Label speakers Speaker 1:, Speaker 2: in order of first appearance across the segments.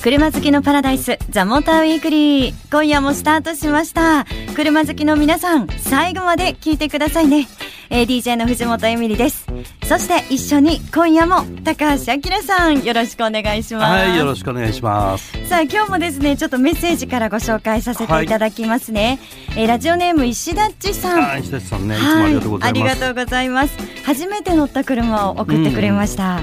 Speaker 1: 車好きのパラダイスザモーターウィークリー今夜もスタートしました車好きの皆さん最後まで聞いてくださいね、えー DJ の藤本エミリですそして一緒に今夜も高橋明さんよろしくお願いします
Speaker 2: はい、よろしくお願いします。
Speaker 1: さあ今日もですねちょっとメッセージからご紹介させていただきますね、えーラジオネーム石田っちさん
Speaker 2: あー、石田さんね、いつもありがとうございます。
Speaker 1: はありがとうございます初めて乗った車を送ってくれました、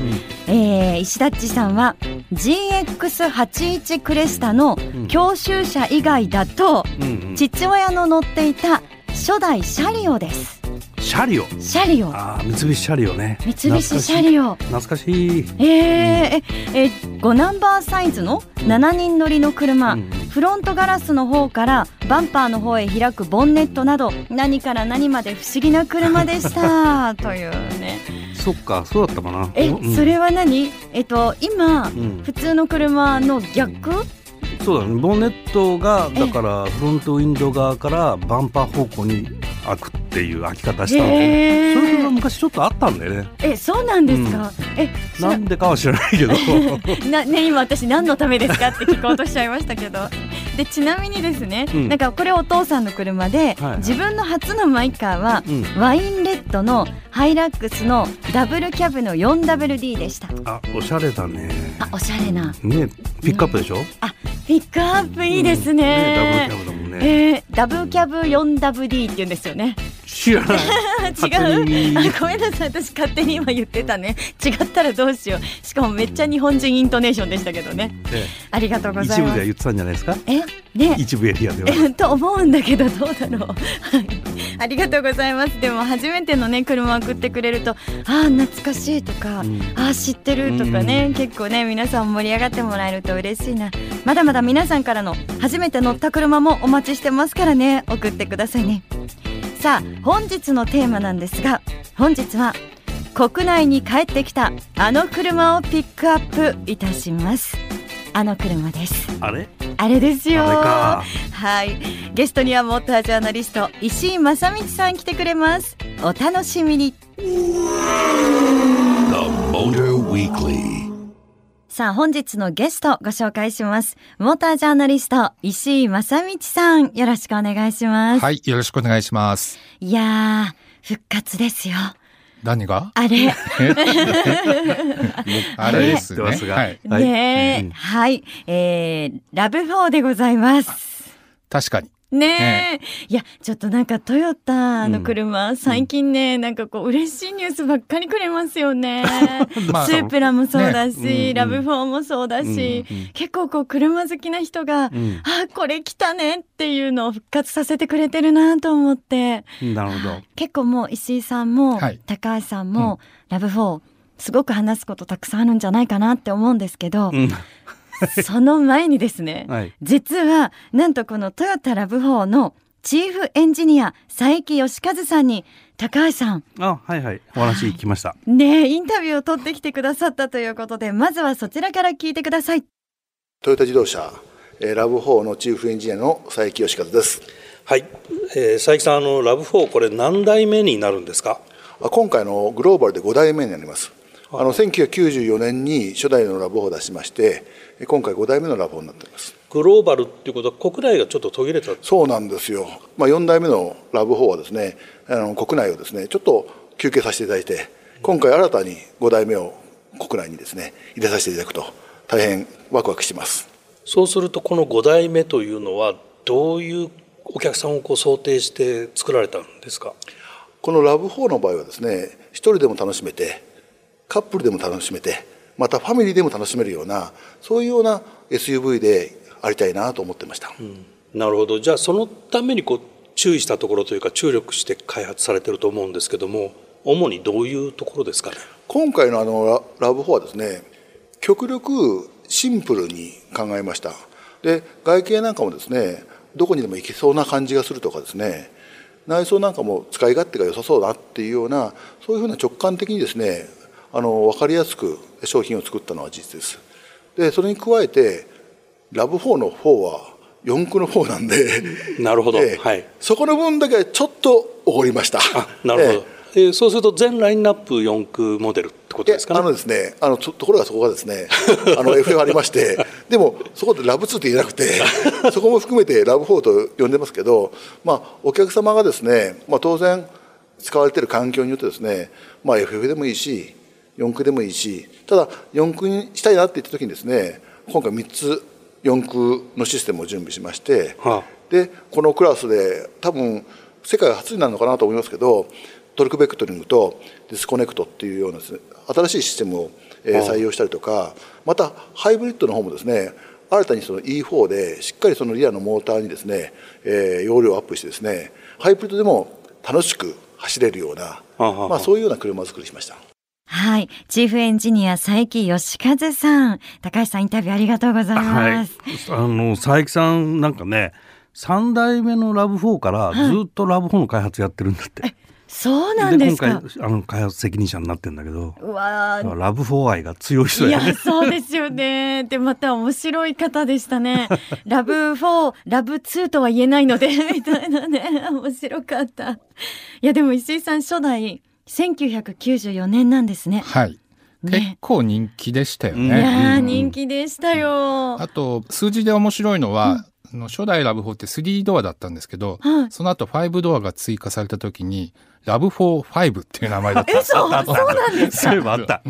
Speaker 1: えー石田っちさんは GX81 クレスタの
Speaker 2: ん
Speaker 1: 教習車以外だと、
Speaker 2: うんうんうん
Speaker 1: 父親の乗っていた初代シャリオです
Speaker 2: シャリオ。
Speaker 1: シャリオ
Speaker 2: ああ、三菱シャリオね。
Speaker 1: 三菱シャリオ
Speaker 2: 懐かしい。懐かしい。
Speaker 1: えーええ5ナンバーサイズの7人乗りの車、
Speaker 2: うん
Speaker 1: フロントガラスの方からバンパーの方へ開くボンネットなど何から何まで不思議な車でし たというね
Speaker 2: そっか、そうだったかな。
Speaker 1: え、
Speaker 2: うん
Speaker 1: それは何えっと今、
Speaker 2: ん
Speaker 1: 普通の車の逆
Speaker 2: そうだね。ボンネットが、だから、フロントウィンドウ側からバンパー方向に開くっていう開き方したのね。
Speaker 1: へ
Speaker 2: それが
Speaker 1: ー
Speaker 2: 昔ちょっとあったんだよね。
Speaker 1: えそうなんですか、え知ら
Speaker 2: なんでかは知らないけど。
Speaker 1: なね、今私何のためですかって聞こうとしちゃいましたけど でちなみにですね、
Speaker 2: うん
Speaker 1: なんかこれお父さんの車で、
Speaker 2: はいはい
Speaker 1: 自分の初のマイカーは、
Speaker 2: うん
Speaker 1: ワインレッドのハイラックスのダブルキャブの 4WD でした
Speaker 2: あ、おしゃれだね。
Speaker 1: あおしゃれな
Speaker 2: ね、ピックアップでしょ。
Speaker 1: あピックアップいいです
Speaker 2: うんねダブルキャブだ
Speaker 1: ね,、
Speaker 2: もんね。
Speaker 1: えーダブルキャブ 4WD って言うんですよね
Speaker 2: 知らない。
Speaker 1: 違
Speaker 2: 初
Speaker 1: う
Speaker 2: 耳
Speaker 1: あ ごめんなさい私勝手に今言ってたね違ったらどうしようしかもめっちゃ日本人イントネーションでしたけどね
Speaker 2: え
Speaker 1: ありがとう
Speaker 2: え
Speaker 1: ござ
Speaker 2: 一
Speaker 1: い
Speaker 2: 部では
Speaker 1: ます
Speaker 2: 言ってたんじゃないですか。
Speaker 1: えね
Speaker 2: 一部エリアでは。
Speaker 1: えと思うんだけどどうだろうはいありがとうございますでも初めてのね車を送ってくれるとああ懐かしいとか、
Speaker 2: うん
Speaker 1: ああ知ってるとかね、結構ね皆さん盛り上がってもらえると嬉しいなまだまだ皆さんからの初めて乗った車もお待ちしてますからね送ってくださいねさあ本日のテーマなんですが本日は国内に帰ってきたあの車をピックアップいたしますあの車です
Speaker 2: あれ。
Speaker 1: あれですよ
Speaker 2: あれか
Speaker 1: はいゲストにはモータージャーナリスト石井正道さん来てくれますお楽しみに
Speaker 3: The Motor Weekly.
Speaker 1: さあ本日のゲストご紹介しますモータージャーナリスト石井正道さんよろしくお願いします、
Speaker 4: はい、よろしくお願いします。
Speaker 1: い、やー復活ですよ
Speaker 4: 何が
Speaker 1: あれ
Speaker 4: あれです
Speaker 2: 知っ
Speaker 4: ね。
Speaker 2: てますが。
Speaker 4: はい。
Speaker 2: はい
Speaker 1: ねえ、
Speaker 2: うん
Speaker 1: はい、えー、ラブフォーでございます
Speaker 4: 確かに。
Speaker 1: ねえ、いやちょっとなんかトヨタの車、最近ねなんかこう嬉しいニュースばっかりくれます よね
Speaker 4: まあ
Speaker 1: スープラもそうだし、
Speaker 2: ねうん
Speaker 1: ラブフォーもそうだし、
Speaker 2: うんうん
Speaker 1: 結構こう車好きな人が、
Speaker 2: うん
Speaker 1: あこれ来たねっていうのを復活させてくれてるなと思って
Speaker 2: なるほど。
Speaker 1: 結構もう石井さんも、
Speaker 4: はい
Speaker 1: 高橋さんも、ラブフォーすごく話すことたくさんあるんじゃないかなって思うんですけ ど、
Speaker 2: うん
Speaker 1: その前にですね、
Speaker 2: はい。
Speaker 1: 実はなんとこのトヨタラブフォーのチーフエンジニア佐伯義和さんに高橋さん
Speaker 2: あ、はいはい。お話聞きました。
Speaker 1: ねえインタビューを取ってきてくださったということでまずはそちらから聞いてください
Speaker 5: トヨタ自動車えーラブ4のチーフエンジニアの佐伯義和です
Speaker 6: はい、えー佐伯さんあのラブ4これ何代目になるんですか
Speaker 5: あ今回のグローバルで5代目になりますあの1994年に初代のラブ4を出しましてえー今回5代目のラブ4になっています
Speaker 6: グローバルっていうことは国内がちょっと途切れた
Speaker 5: そうなんですよ、まあ、4代目のラブ4はですねあの国内をですねちょっと休憩させていただいて今回新たに5代目を国内にですね入れさせていただくと大変ワクワクしてます
Speaker 6: そうするとこの5代目というのはどういうお客さんをこう想定して作られたんですか
Speaker 5: このラブ4の場合はですね一人でも楽しめてカップルでも楽しめてまたファミリーでも楽しめるようなそういうような SUV でありたいなと思ってました、
Speaker 6: なるほどじゃあそのためにこう注意したところというか注力して開発されてると思うんですけども主にどういうところですかね
Speaker 5: 今回のあのララブ4はですね極力シンプルに考えましたで外形なんかもですねどこにでも行けそうな感じがするとかですね内装なんかも使い勝手が良さそうだっていうようなそういうふうな直感的にですねあの分かりやすく商品を作ったのは事実ですでそれに加えてラブ4の方は四駆の方なんで
Speaker 6: なるほど、
Speaker 5: ええ
Speaker 6: はい
Speaker 5: そこの分だけちょっとおごりました
Speaker 6: あなるほど、
Speaker 5: ええ
Speaker 6: えーそうすると全ラインナップ4駆モデルってこと
Speaker 5: いや
Speaker 6: です
Speaker 5: あ
Speaker 6: か
Speaker 5: の
Speaker 6: ね
Speaker 5: ですね、あのとところがそこがです ね、あの FF ありまして、でもそこでラブ2って言えなくて、 そこも含めてラブ4と呼んでますけど、まあお客様がですね、まあ当然使われている環境によってですね、まあ FF でもいいし、四駆でもいいし、ただ四駆にしたいなって言った時にですね、今回三つ四駆のシステムを準備しまして、
Speaker 6: はあ
Speaker 5: でこのクラスで多分世界初になるのかなと思いますけどトルクベクトリングとディスコネクトっていうようなですね新しいシステムを、えー
Speaker 6: ああ
Speaker 5: 採用したりとかまたハイブリッドの方もですね新たにその E4 でしっかりそのリアのモーターにですね、えー容量をアップしてですねハイブリッドでも楽しく走れるような
Speaker 6: ああ
Speaker 5: まあ、そういうような車作りしました。
Speaker 1: はい。チーフエンジニア、佐伯義和さん。高橋さん、インタビューありがとうございます。
Speaker 2: あの佐伯さんなんかね3代目のラブ4からずっとラブ4の開発やってるんだって、
Speaker 1: そうなんです
Speaker 2: 今
Speaker 1: か。
Speaker 2: 回あの開発責任者になってんだけど
Speaker 1: うわ
Speaker 2: だ
Speaker 1: ー
Speaker 2: からラブ4愛が強い人
Speaker 1: い
Speaker 2: やね
Speaker 1: や、そうですよね。で、また面白い方でしたね。ラブ4、ラブ2とは言えないので、 みたいなね。面白かった。いや、でも石井さん、初代、1994年なんですね。
Speaker 4: はい。結
Speaker 1: ね。
Speaker 4: 構人気でしたよ
Speaker 1: い
Speaker 4: ね。
Speaker 1: やー、
Speaker 4: うん
Speaker 1: 人気でしたよ。
Speaker 4: あと、数字で面白いのは、あの初代ラブ4って3ドアだったんですけど、
Speaker 1: はい
Speaker 4: その後5ドアが追加された時に、ラブ4-5っていう名前だったんです
Speaker 1: そう、そうなんですか
Speaker 2: そういえばあ った
Speaker 1: あ、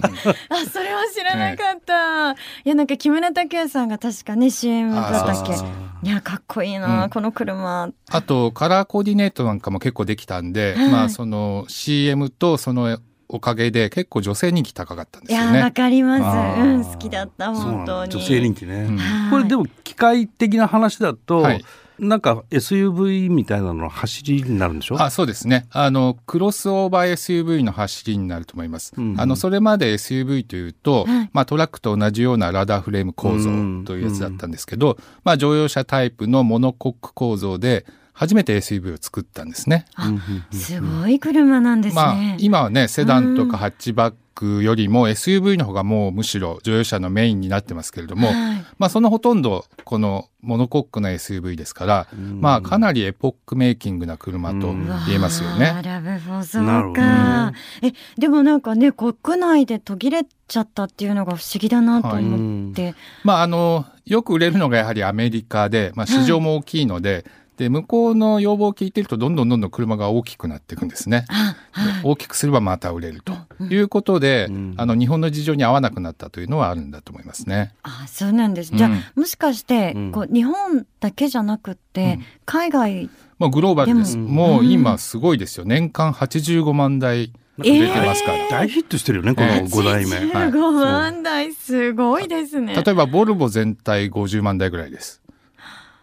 Speaker 1: それは知らなかった。いや、なんか木村拓哉さんが確かね、CM だったっけ
Speaker 2: あ。
Speaker 1: いや、かっこいいな、
Speaker 4: うん
Speaker 1: この車。
Speaker 4: あと、カラーコーディネートなんかも結構できたんで、
Speaker 1: はい
Speaker 4: まあ、その CM とそのおかげで結構女性人気高かったんで
Speaker 1: い
Speaker 4: すよ
Speaker 1: や、わ
Speaker 4: ね。
Speaker 1: かります。
Speaker 2: ー
Speaker 1: うん、好きだった、
Speaker 2: そうな
Speaker 1: 本
Speaker 2: んだ
Speaker 1: 当に。
Speaker 2: 女性人気ね、
Speaker 4: うん
Speaker 2: これでも機械的な話だと、
Speaker 4: はい
Speaker 2: なんか SUV みたいなのの走りになるんでしょ
Speaker 4: あそうですねあのクロスオーバー SUV の走りになると思います、
Speaker 2: うんうん
Speaker 4: あのそれまで SUV というと、
Speaker 1: はい
Speaker 4: まあ、トラックと同じようなラダーフレーム構造というやつだったんですけど、まあ、乗用車タイプのモノコック構造で初めて SUV を作ったんですね。
Speaker 1: あすごい車なんですね。
Speaker 4: まあ、今はねセダンと
Speaker 1: うん
Speaker 4: かハッチバックよりも SUV の方がもうむしろ乗用車のメインになってますけれども、
Speaker 1: はい
Speaker 4: まあ、そのほとんどこのモノコックの SUV ですから、まあ、かなりエポックメイキングな車と言えますよ
Speaker 1: うわー
Speaker 4: ね。
Speaker 1: ラブフォー
Speaker 2: な
Speaker 1: そ
Speaker 2: る
Speaker 1: う
Speaker 2: ほ
Speaker 1: か
Speaker 2: ど、
Speaker 1: え、でもなんかね、国内で途切れちゃったっていうのが不思議だなと
Speaker 4: はい
Speaker 1: 思って。
Speaker 4: まあ、あのよく売れるのがやはりアメリカで、まあ、市場も大きいので,、で向こうの要望を聞いてるとどんどんどんどん車が大きくなっていくんですね。
Speaker 1: あ、はい。
Speaker 4: 大きくすればまた売れるということで、
Speaker 2: うん
Speaker 4: あの日本の事情に合わなくなったというのはあるんだと思いますね。
Speaker 1: あ、そうなんです。じゃあ、
Speaker 4: うん
Speaker 1: もしかして、
Speaker 2: うん
Speaker 1: こう、日本だけじゃなくって、海外、
Speaker 4: まあ、グローバルです。
Speaker 2: でも
Speaker 4: もう
Speaker 1: うん
Speaker 4: 今すごいですよ。年間85万台
Speaker 1: え
Speaker 4: 出てますから。
Speaker 2: 大ヒットしてるよねこの
Speaker 4: ええ
Speaker 2: 5代目、
Speaker 4: はい
Speaker 1: 15万台、すごいですね。
Speaker 4: 例えばボルボ全体50万台ぐらいです。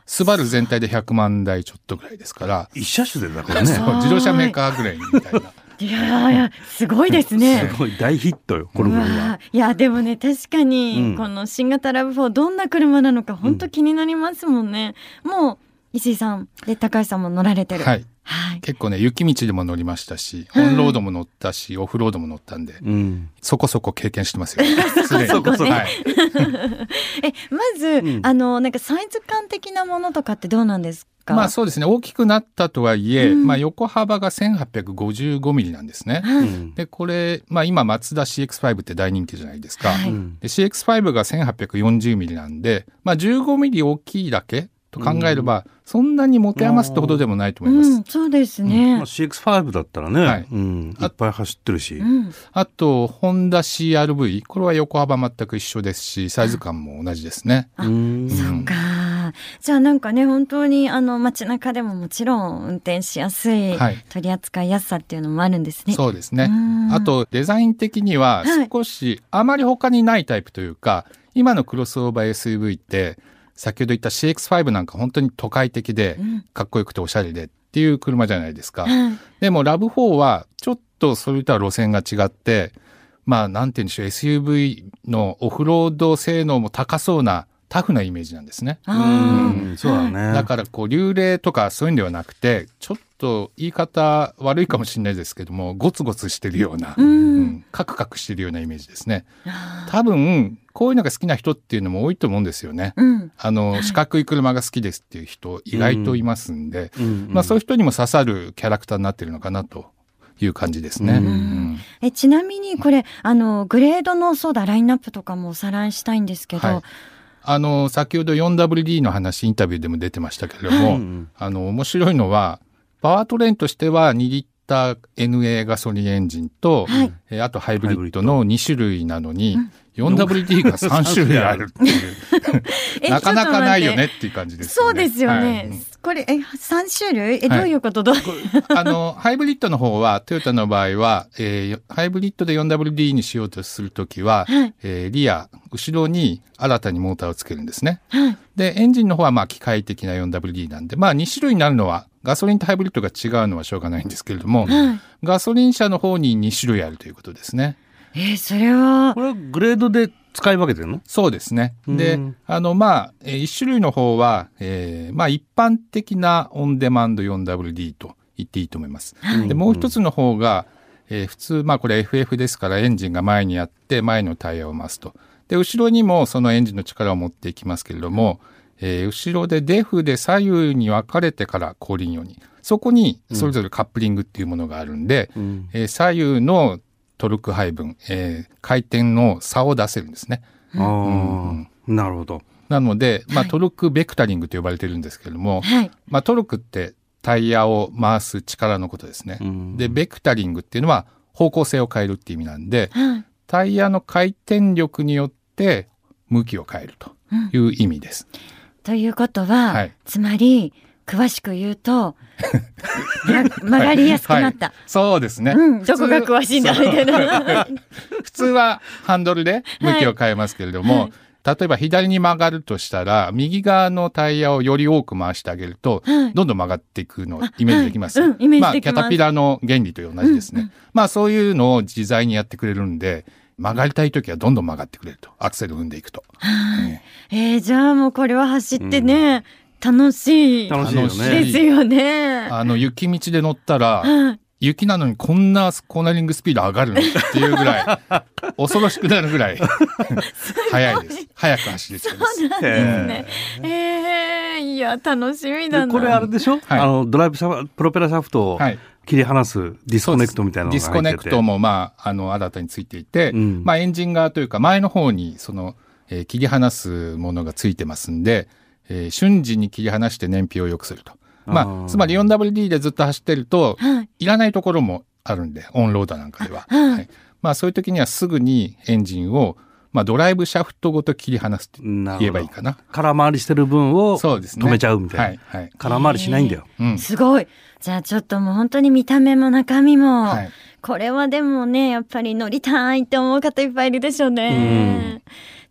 Speaker 4: スバル全体で100万台ちょっとぐらいですから、
Speaker 2: 一車種でだからね
Speaker 1: そ
Speaker 4: そうう自動車メーカーぐらいみた いな。
Speaker 1: いやいや、すごいですね。
Speaker 2: すごい大ヒットよこの
Speaker 1: う
Speaker 2: 分
Speaker 1: わ
Speaker 2: は
Speaker 1: あいやでもね確かに、
Speaker 2: うん
Speaker 1: この新型ラブ4どんな車なのか本当気になりますもんね、もう石井さんで高橋さんも乗られてる
Speaker 4: はい、
Speaker 1: はい
Speaker 4: 結構ね、雪道でも乗りましたし、オンロードも乗ったし、オフロードも乗ったんで、
Speaker 2: うん
Speaker 4: そこそこ経験してますよ。す でに。
Speaker 2: そこそこ
Speaker 4: はい。
Speaker 1: えまず、
Speaker 2: ん
Speaker 1: あのなんかサイズ感的なものとかってどうなんですか
Speaker 4: まあそうですね、大きくなったとはいえ、
Speaker 1: うん
Speaker 4: まあ横幅が1855ミリなんですね。
Speaker 1: はい
Speaker 2: うん
Speaker 4: で、これ、まあ今、マツダ CX5 って大人気じゃないですか。
Speaker 1: はい
Speaker 2: うん
Speaker 4: で CX5 が1840ミリなんで、まあ、15ミリ大きいだけと考えれば、そんなに持て余すってほどでもないと思います。
Speaker 1: うんそうです
Speaker 2: まあ
Speaker 1: ね、
Speaker 2: CX5 だったらね、
Speaker 4: はい
Speaker 2: いうん、いっぱい走ってるし、
Speaker 1: うん
Speaker 4: あと、ホンダ CRV、これは横幅全く一緒ですし、サイズ感も同じですね。
Speaker 2: うん
Speaker 1: そっかじゃあなんかね本当にあの街中でももちろん運転しやすい、
Speaker 4: はい
Speaker 1: 取り扱いやすさっていうのもあるんですね
Speaker 4: そうです
Speaker 1: う。
Speaker 4: ね
Speaker 1: ん
Speaker 4: あと、デザイン的には
Speaker 1: はい
Speaker 4: 少し、あまり他にないタイプというか、今のクロスオーバー SUV って、先ほど言った CX5 なんか本当に都会的で
Speaker 1: うん、
Speaker 4: かっこよくておしゃれでっていう車じゃないですか。
Speaker 1: はい
Speaker 4: でもラブ4はちょっとそれとは路線が違って、まあなんて言うんでしょう、SUV のオフロード性能も高そうなタフなイメージなんですね。
Speaker 1: あ
Speaker 2: う
Speaker 1: ー
Speaker 2: んそうだね、
Speaker 4: だからこう流麗とかそういうんではなくて、ちょっと言い方悪いかもしれないですけども、ゴツゴツしてるような、
Speaker 1: うん
Speaker 4: うんカクカクしてるようなイメージですね。多分、こういうのが好きな人っていうのも多いと思うんですよね。
Speaker 1: うん
Speaker 4: あの、四角い車が好きですっていう人意外といますんで、
Speaker 2: うん
Speaker 4: まあそういう人にも刺さるキャラクターになってるのかなという感じですね。うん
Speaker 1: えちなみにこれあのグレードのそうだラインナップとかもおさらいしたいんですけど、
Speaker 4: はいあの、先ほど 4WD の話、インタビューでも出てましたけれども、
Speaker 2: うん
Speaker 4: あの、面白いのは、パワートレインとしては2リッター NA ガソリンエンジンと、
Speaker 1: はい
Speaker 4: えーあとハイブリッドの2種類なのに、4WD が3種類あるっていう、
Speaker 1: え
Speaker 4: なかなかないよ
Speaker 1: ちょっ
Speaker 4: ね
Speaker 1: と待
Speaker 4: っていう感じ
Speaker 1: って
Speaker 4: です
Speaker 1: そうですよね、
Speaker 4: はいうん
Speaker 1: これえ三種類え
Speaker 4: はい
Speaker 1: どういうこと、どう
Speaker 4: あの、 ハイブリッドの方は、トヨタの場合は、えーハイブリッドで 4WD にしようとするときは、
Speaker 1: はい
Speaker 4: えーリア、後ろに新たにモーターをつけるんですね。で、エンジンの方は、まあ、機械的な 4WD なんで、まあ、2種類になるのは、ガソリンとハイブリッドが違うのはしょうがないんですけれども、ガソリン車の方に2種類あるということですね。
Speaker 1: えそれ は
Speaker 2: これはグレードで使い分けてるの
Speaker 4: そうですね。で
Speaker 2: うん、
Speaker 4: あの、まあ、えー一種類の方は、えーまあ、一般的なオンデマンド 4WD と言っていいと思います。で、もう一つの方が、えー普通、まあ、これ FF ですから、エンジンが前にあって、前のタイヤを回すと。で、後ろにもそのエンジンの力を持っていきますけれども、えー後ろでデフで左右に分かれてから後輪用に。そこに、それぞれカップリングっていうものがあるんで、えー左右のトルク配分、えー回転の差を出せるんですね。
Speaker 2: あーなるほど。
Speaker 4: なので、まあ、
Speaker 1: はい
Speaker 4: トルクベクタリングと呼ばれてるんですけれども、
Speaker 1: はい
Speaker 4: まあ、トルクってタイヤを回す力のことですね。で、ベクタリングっていうのは方向性を変えるっていう意味なんで、
Speaker 1: はい
Speaker 4: タイヤの回転力によって向きを変えるという意味です。
Speaker 1: ということは、
Speaker 4: はい
Speaker 1: つまり詳しく言う とま曲がりやすくなった、
Speaker 4: はいそうですね。
Speaker 1: うん、どこが詳しいんだみたいな
Speaker 4: 普通はハンドルで向きを変えますけれども、例えば左に曲がるとしたら、右側のタイヤをより多く回してあげると、
Speaker 1: はい
Speaker 4: どんどん曲がっていくのをイメージできます。
Speaker 1: はいうんイメー
Speaker 4: ま
Speaker 1: ジ
Speaker 4: あ、
Speaker 1: で
Speaker 4: キ
Speaker 1: きます
Speaker 4: ャタピラの原理と同じですね。まあ、そういうのを自在にやってくれるんで、曲がりたい時はどんどん曲がってくれると。アクセルを踏んでいくと。
Speaker 1: えー、じゃあもうこれは走ってね、楽しい
Speaker 2: 楽しいよ
Speaker 4: 楽
Speaker 2: ね。
Speaker 1: ですよね
Speaker 4: あの、雪道で乗ったら、
Speaker 1: はい
Speaker 4: 雪なのにこんなコーナリングスピード上がるのっていうぐら い、恐ろしくなるぐらい、速いです。速く走れちゃいます。
Speaker 1: ですね。えー、いや楽しみだ
Speaker 2: で
Speaker 1: な。
Speaker 2: これあれでしょ、
Speaker 4: はい
Speaker 2: あのドライブシャフプロペラシャフトを
Speaker 4: はい
Speaker 2: 切り離すディスコネクトみたいなの
Speaker 4: ディ
Speaker 2: が
Speaker 4: ス
Speaker 2: 入
Speaker 4: コ
Speaker 2: ってて
Speaker 4: ネクトも、まあ、あの、新たについていて、
Speaker 2: ん
Speaker 4: まあ、エンジン側というか、前の方に、その、えー切り離すものがついてますんで、えー瞬時に切り離して燃費を良くすると。まあ、つまり 4WD でずっと走ってると、
Speaker 1: はい
Speaker 4: い、らないところもあるんで、オンローダーなんかでは。
Speaker 1: はい
Speaker 4: はいまあ、そういう時にはすぐにエンジンを、まあ、ドライブシャフトごと切り離すって
Speaker 2: なるほど
Speaker 4: 言えばいいかな。
Speaker 2: 空回りしてる分を
Speaker 4: そうですね。
Speaker 2: 止めちゃうみたいな、
Speaker 4: はい、はい。
Speaker 2: 空回りしないんだよ、
Speaker 4: うん。
Speaker 1: すごい。じゃあちょっともう本当に見た目も中身も、
Speaker 4: はい
Speaker 1: これはでもねやっぱり乗りたいって思う方いっぱいいるでしょうね。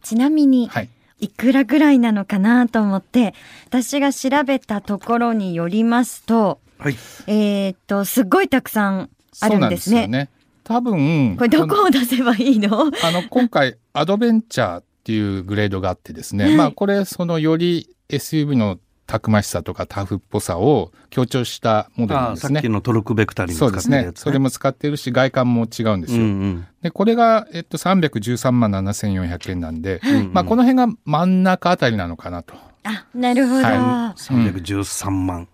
Speaker 1: ちなみに、
Speaker 4: はいい、
Speaker 1: くらぐらいなのかなと思って私が調べたところによりますと、
Speaker 2: はい
Speaker 1: えーっとすっごいたくさんあ
Speaker 4: そう
Speaker 1: るん
Speaker 4: なん
Speaker 1: で
Speaker 4: ですすよ
Speaker 1: ね。
Speaker 4: ね。多分、
Speaker 1: これどこを出せばいいの？
Speaker 4: あの、今回、アドベンチャーっていうグレードがあってですね、まあ、これ、その、より SUV のたくましさとかタフっぽさを強調したモデルな
Speaker 2: あ
Speaker 4: ん
Speaker 2: あ
Speaker 4: で
Speaker 2: さ
Speaker 4: す
Speaker 2: っ
Speaker 4: ね
Speaker 2: き。のトルクベクタリング
Speaker 4: そう
Speaker 2: 使
Speaker 4: で
Speaker 2: っ
Speaker 4: す
Speaker 2: てる
Speaker 4: ね
Speaker 2: や。つ、
Speaker 4: それも使ってるし、外観も違うんです
Speaker 2: うん
Speaker 4: よ。
Speaker 2: うん
Speaker 4: で、これが、えっと、313万7400円なんで、まあ、この辺が真ん中あたりなのかなと。
Speaker 1: あなるほど。
Speaker 4: は
Speaker 2: 313万、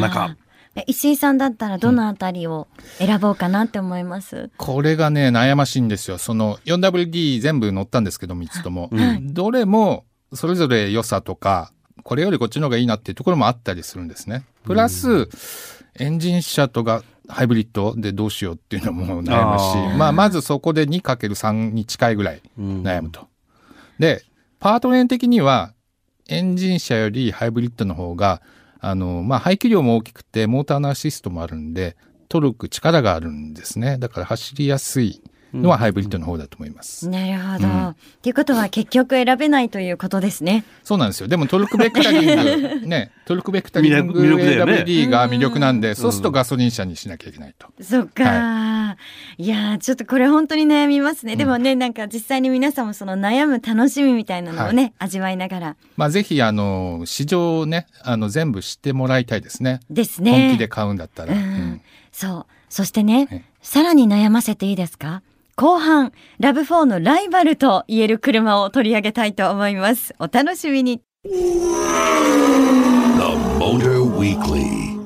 Speaker 2: 真ん中。
Speaker 1: え石井さんだったらどのあたりを選ぼうかなって思います、
Speaker 4: これがね、悩ましいんですよ。その 4WD 全部乗ったんですけど、3つとも。どれも、それぞれ良さとか、これよりこっちの方がいいなっていうところもあったりするんですね。プラス、エンジン車とかハイブリッドでどうしようっていうのも悩むし、
Speaker 2: あー
Speaker 4: まあ、まずそこで 2×3 に近いぐらい悩むと。で、パートレーン的には、エンジン車よりハイブリッドの方が、あの、まあ、排気量も大きくて、モーターのアシストもあるんで、トルク力があるんですね。だから走りやすいのはハイブリッドの方だと思います。
Speaker 1: なるほど。っていうことは結局選べないということですね。
Speaker 4: そうなんですよ。でもトルクベクタリ ング、ね、トルクベクタリング
Speaker 2: 魅力魅力だよね
Speaker 4: AWD が魅力なんで、そうするとガソリン車にしなきゃいけないと。
Speaker 1: そっか、い、やーちょっとこれ本当に悩みますね。でもね、なんか実際に皆さんもその悩む楽しみみたいなのをね、味わいながら
Speaker 4: まあ、ぜひ、あの、市場をね、あの、全部知ってもらいたいですね。
Speaker 1: ですね。
Speaker 4: 本気で買うんだったら。
Speaker 1: う
Speaker 4: うん
Speaker 1: ん、そう。そしてね、
Speaker 4: はい
Speaker 1: さらに悩ませていいですか後半、ラブ4のライバルと言える車を取り上げたいと思います。お楽しみに。
Speaker 3: The Motor Weekly.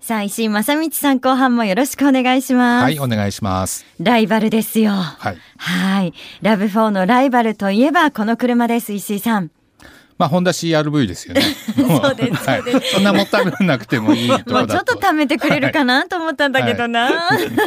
Speaker 1: さあ石井正道さん後半もよろしくお願いします、
Speaker 4: はい、お願いします。
Speaker 1: ライバルですよ
Speaker 4: はい。
Speaker 1: はいラブフォーのライバルといえばこの車です石井さん
Speaker 4: まあ、ホンダ CRV ですよね。
Speaker 1: そうです
Speaker 4: はい
Speaker 1: そうです
Speaker 4: そんなもったいぶなくてもいいとこ
Speaker 1: も
Speaker 4: ろ
Speaker 1: うちょ
Speaker 4: だ
Speaker 1: っと貯めてくれるかなと思ったんだけどな、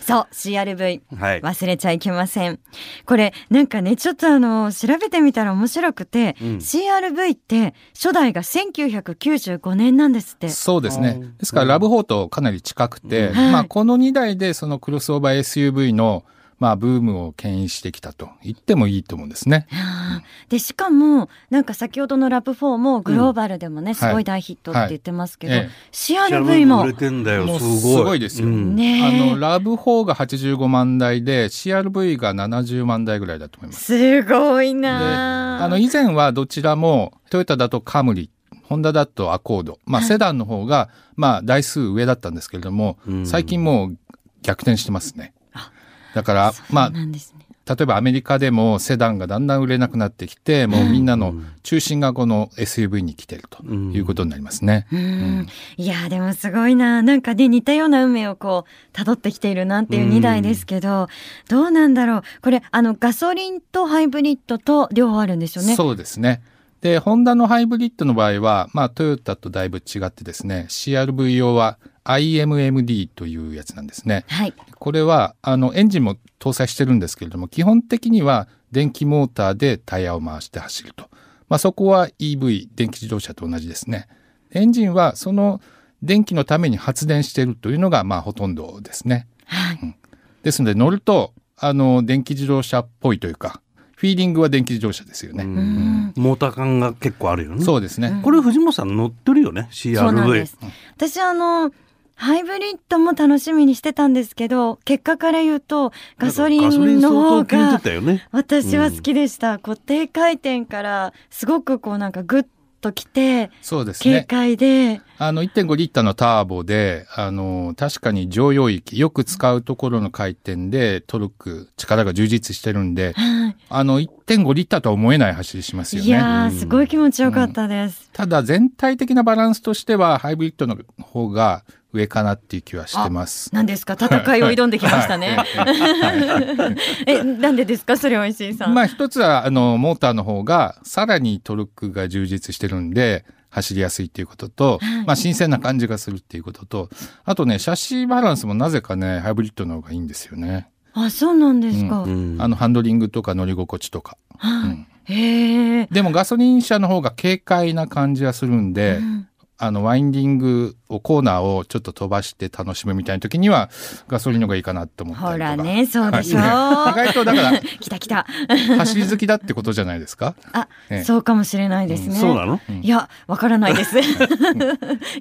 Speaker 1: そう CRV
Speaker 2: はい
Speaker 1: 忘れちゃいけませんこれなんかねちょっとあの調べてみたら面白くて、
Speaker 2: うん
Speaker 1: CRV って初代が1995年なんですって
Speaker 4: そうですね
Speaker 2: あー。
Speaker 4: ですから、ラブホーとかなり近くて、
Speaker 1: はい
Speaker 4: まあ、この2台で、そのクロスオーバー SUV の、まあ、ブームを牽引してきたと言ってもいいと思うんですね。
Speaker 1: あーでしかもなんか先ほどのラブ4もグローバルでもね、すごい大ヒットって言ってますけど、
Speaker 4: はいええ
Speaker 1: CRV も
Speaker 2: 売れてんだよ
Speaker 4: もう
Speaker 2: すごい
Speaker 4: すごいですよ
Speaker 2: うん
Speaker 4: あ
Speaker 1: ね
Speaker 4: の、
Speaker 1: え
Speaker 4: ラブホーが85万台で、CRV が70万台ぐらいだと思います。
Speaker 1: すごい
Speaker 4: で、
Speaker 1: なあ
Speaker 4: あの、以前はどちらも、トヨタだとカムリ、ホンダだとアコード、まあ、
Speaker 1: はい
Speaker 4: セダンの方が、まあ、台数上だったんですけれども
Speaker 2: う、ん
Speaker 4: 最近もう逆転してますね。だから、ま
Speaker 1: そう
Speaker 4: あ、
Speaker 1: なんですね
Speaker 4: 例えばアメリカでもセダンがだんだん売れなくなってきて、もうみんなの中心がこの SUV に来ているということになりますね。
Speaker 1: うんいやーでもすごいななんかね似たような運命をこう辿ってきているなっていう2台ですけど、どうなんだろうこれあのガソリンとハイブリッドと両方あるんですよね
Speaker 4: そうですね。で、ホンダのハイブリッドの場合は、まあトヨタとだいぶ違ってですね、CRV 用は IMMD というやつなんですね。
Speaker 1: はい
Speaker 4: これは、あの、エンジンも搭載してるんですけれども、基本的には電気モーターでタイヤを回して走ると。まあ、そこは EV、電気自動車と同じですね。エンジンはその電気のために発電しているというのが、まあ、ほとんどですね。
Speaker 1: はい
Speaker 4: ですので、乗ると、あの、電気自動車っぽいというか、フィーリングは電気自動車ですよね。
Speaker 1: うん
Speaker 2: モーター感が結構あるよね
Speaker 4: そうですね。
Speaker 2: これ藤本さん乗ってるよね CRV
Speaker 1: そうなんです。私あのハイブリッドも楽しみにしてたんですけど結果から言うとガソリンの
Speaker 2: な
Speaker 1: 方
Speaker 2: んかガソリン相当気に入っ
Speaker 1: が
Speaker 2: てたよね
Speaker 1: 私は好きでした、こう低回転からすごくこうなんかグッときて
Speaker 4: そうです
Speaker 1: 軽
Speaker 4: ね。
Speaker 1: 快で、
Speaker 4: あの、1.5リッターのターボで、あの、確かに常用域、よく使うところの回転でトルク、力が充実してるんで、
Speaker 1: はい
Speaker 4: あの、1.5リッターとは思えない走りしますよ
Speaker 1: いや
Speaker 4: ね。
Speaker 1: ーすごい気持ちよかったです、
Speaker 4: ただ、全体的なバランスとしては、ハイブリッドの方が上かなっていう気はしてます。
Speaker 1: なんですか戦いを挑んできましたねえなんでですかそれは石井さん、
Speaker 4: まあ、一つは、あの、モーターの方が、さらにトルクが充実してるんで、走りやすいっていうことと、まあ、新鮮な感じがするっていうことと、あとね、シャシーバランスもなぜかね、ハイブリッドの方がいいんですよね。
Speaker 1: あそうなんですか、
Speaker 4: あのハンドリングとか乗り心地とか。
Speaker 1: はいへえ
Speaker 4: でもガソリン車の方が軽快な感じはするんで、あのワインディングをコーナーをちょっと飛ばして楽しむみたいな時にはガソリンの方がいいかなと思ったりと
Speaker 1: ほら
Speaker 4: か。
Speaker 1: ねそうでしょ、
Speaker 4: はいね意外とだから
Speaker 1: 来た来た
Speaker 4: 走り好きだってことじゃないですか。
Speaker 1: あ、
Speaker 4: ね
Speaker 1: そうかもしれないですね。
Speaker 2: そうなの
Speaker 1: いや、わからないです。 い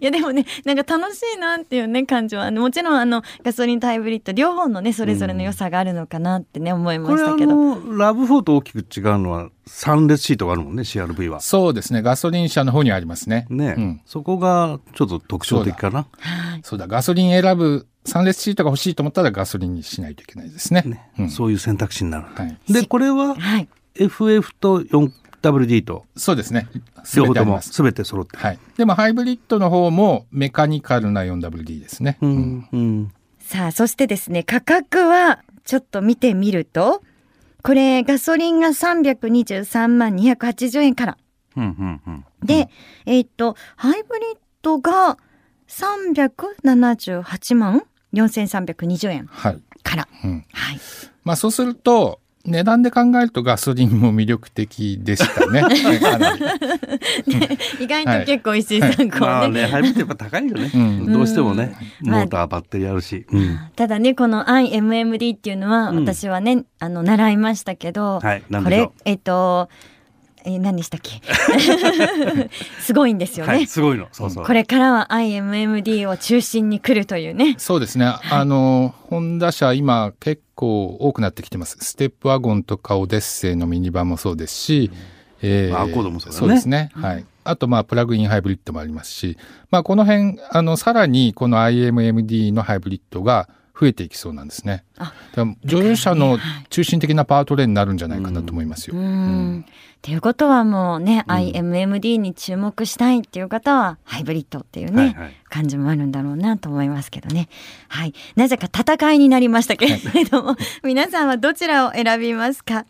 Speaker 1: や、でもね、なんか楽しいなっていうね、感じは、あのもちろん、あの、ガソリンとハイブリッド、両方のね、それぞれの良さがあるのかなってね、思いま
Speaker 2: これ
Speaker 1: し
Speaker 2: あ
Speaker 1: たけど。
Speaker 2: のラブフォーと大きく違うのは3列シートがあるもんね CRV は
Speaker 4: そうですね。ガソリン車の方にありますね。
Speaker 2: ね、
Speaker 4: うん
Speaker 2: そこがちょっと特徴的かな
Speaker 4: そうだ。ガソリン選ぶ3列シートが欲しいと思ったらガソリンにしないといけないですね。
Speaker 2: ね、
Speaker 4: うん
Speaker 2: そういう選択肢になる、
Speaker 4: はい
Speaker 2: でこれは
Speaker 1: はい。
Speaker 2: FF と 4WD と
Speaker 4: そうですね。
Speaker 2: 両
Speaker 4: 全
Speaker 2: 方
Speaker 4: てあ
Speaker 2: と
Speaker 4: り
Speaker 2: も
Speaker 4: ます。
Speaker 2: 全て揃ってる
Speaker 4: はい。でもハイブリッドの方もメカニカルな 4WD ですね。
Speaker 2: うんうん
Speaker 1: さあ、そしてですね、価格は、ちょっと見てみると、これ、ガソリンが323万280円から。
Speaker 2: うんうんうん
Speaker 1: で、えーっと、ハイブリッドが378万4320円
Speaker 4: はい。
Speaker 1: から。
Speaker 4: うん
Speaker 1: はい。
Speaker 4: まあそうすると、値段で考えるとガソリンも魅力的でした ね。ねかなり
Speaker 1: 意外と結構石井さんこうね、
Speaker 2: まあねハイブリッドやっぱ高いよね、
Speaker 4: うん
Speaker 2: どうしてもね
Speaker 1: うん
Speaker 2: モーターバッテリーあるし、うん
Speaker 1: ただねこの IMMD っていうのは
Speaker 2: うん
Speaker 1: 私はね、あの習いましたけど、
Speaker 2: はい何
Speaker 1: こ
Speaker 2: でしょう
Speaker 1: れえっと、えー何でしたっけ すごいんですよね、
Speaker 2: はいすごいのそうそう
Speaker 1: これからは IMMD を中心に来るというね
Speaker 4: そうですね。あの、ホンダ車今結構多くなってきてます。ステップワゴンとかオデッセイのミニバンもそうですし、え
Speaker 2: まあアコードもそうだね
Speaker 4: ですね。はい。あと、まあ、プラグインハイブリッドもありますし、まあ、この辺、あの、さらに、この IMMD のハイブリッドが増えていきそうなんですね。
Speaker 1: あ
Speaker 4: だから乗用車の中心的なパワートレインになるんじゃないかなと思いますよ。
Speaker 1: うんっていうことはもうね、IMMD に注目したいっていう方はハイブリッドっていうね、
Speaker 2: はいはい
Speaker 1: 感じもあるんだろうなと思いますけどね。はい、なぜか戦いになりましたけれど も、皆さんはどちらを選びますか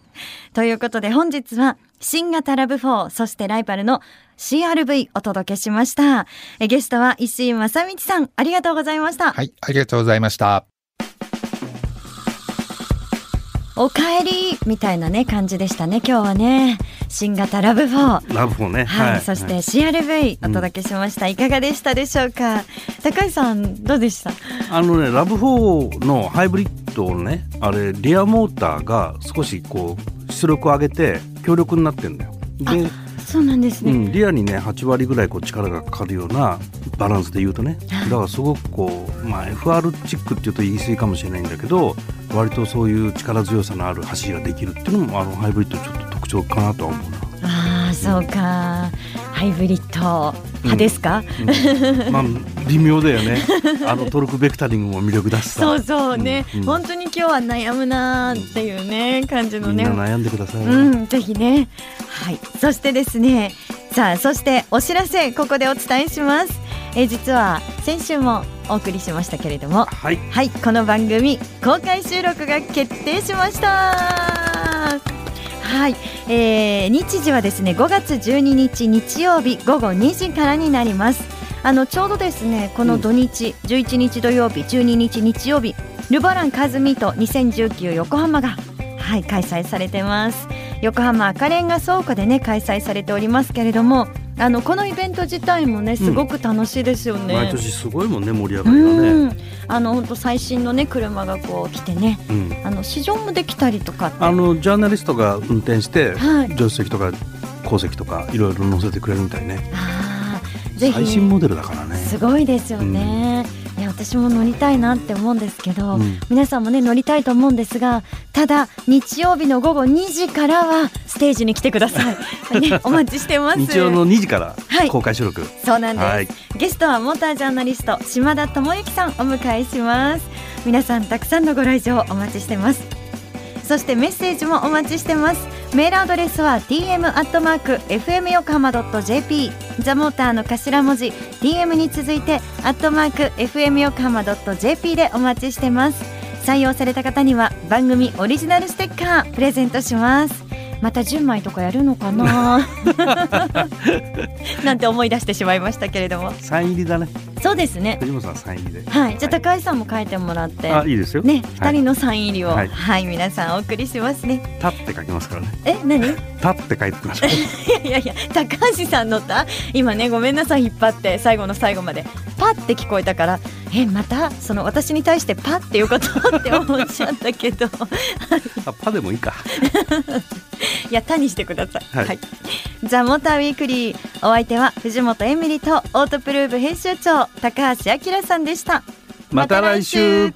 Speaker 1: ということで本日は新型ラブ4そしてライバルの CRV お届けしました。えゲストは石井正道さんありがとうございました。
Speaker 4: はい、ありがとうございました。
Speaker 1: おかえりみたいなね感じでしたね今日はね新型ラブ4。
Speaker 2: ラブホね。
Speaker 1: はい、そして CRV お届けしました、いかがでしたでしょうか高橋さんどうでした
Speaker 2: あのね、ラブ4のハイブリッドのね、あれ、リアモーターが少しこう、出力を上げて、強力になってんだよ。で、
Speaker 1: そうなんです
Speaker 2: う
Speaker 1: ね、
Speaker 2: ん、リアにね、8割ぐらいこう力がかかるようなバランスで言うとね、だからすごくこう、まあ、FR チックっていうと言い過ぎかもしれないんだけど、割とそういう力強さのある走りができるっていうのも、あのハイブリッド、ちょっと特徴かなとは思うな。
Speaker 1: ああそうかハイブリッド派ですか、
Speaker 2: うんまあ、微妙だよね。あのトルクベクタリングも魅力だしさ。
Speaker 1: そうそうね、
Speaker 2: うんうん
Speaker 1: 本当に今日は悩むなーっていうね感じの
Speaker 2: みん
Speaker 1: ね
Speaker 2: な悩んでください。
Speaker 1: うん、ぜひね。はい、そしてですね。さあ、そしてお知らせ、ここでお伝えします。えー、実は先週もお送りしましたけれども。
Speaker 2: はい。
Speaker 1: はい、この番組公開収録が決定しました。はい、えー日時はですね5月12日日曜日午後2時からになりますあのちょうどですねこの土日、11日土曜日12日日曜日ルバランカズミート2019横浜がはい開催されてます横浜赤レンガ倉庫でね開催されておりますけれどもあのこのイベント自体もねすごく楽しいですよね、
Speaker 2: 毎年すごいもんね盛り上がりが
Speaker 1: う
Speaker 2: ね。
Speaker 1: ん、あの本当最新のね車がこう来てね、
Speaker 2: うん
Speaker 1: あの試乗もできたりとかって、
Speaker 2: あのジャーナリストが運転して、
Speaker 1: はい
Speaker 2: 助手席とか後席とかいろいろ乗せてくれるみたいね。
Speaker 1: あーぜひ
Speaker 2: 最新モデルだからね。
Speaker 1: すごいですよね。いや私も乗りたいなって思うんですけど、
Speaker 2: うん
Speaker 1: 皆さんもね乗りたいと思うんですが、ただ日曜日の午後2時からはステージに来てく ださい。ねお待ちしてます。
Speaker 2: 日曜の2時から
Speaker 1: はい
Speaker 2: 公開収録。
Speaker 1: そうなんです、
Speaker 2: はい
Speaker 1: ゲストはモータージャーナリスト島田智之さんお迎えします皆さんたくさんのご来場お待ちしてますそしてメッセージもお待ちしてますメールアドレスは tm アットマーク fm 横浜ドット jp ザモーターの頭文字 tm に続いてアットマーク fm 横浜ドット jp でお待ちしてます採用された方には番組オリジナルステッカープレゼントしますまた10枚とかやるのかな なんて思い出してしまいましたけれども
Speaker 2: サイン入りだね。
Speaker 1: そうですね。
Speaker 2: 藤本さんサイン入りで。
Speaker 1: はい、じゃあ
Speaker 2: はい
Speaker 1: 高橋さんも書いてもらって。
Speaker 2: あいいですよ。
Speaker 1: ね、
Speaker 2: は
Speaker 1: 二
Speaker 2: い
Speaker 1: 人のサイン入りを、は、
Speaker 2: はいい
Speaker 1: 皆さんお送りしますね。
Speaker 2: 立って書きますからね。
Speaker 1: え、何？ い
Speaker 2: 立って書いてくだ さい。
Speaker 1: やいやいや、高橋さんのた、今ね、ごめんなさい、引っ張って、最後の最後まで。パって聞こえたから、え、また、その私に対してパっていうことって思っちゃったけど。
Speaker 2: あパでもいいか。
Speaker 1: いや、他にしてください。は。
Speaker 2: はいい
Speaker 1: ザモーターウィークリー、お相手は藤本エミリとオートプルーブ編集長高橋明さんでした。
Speaker 2: また来週。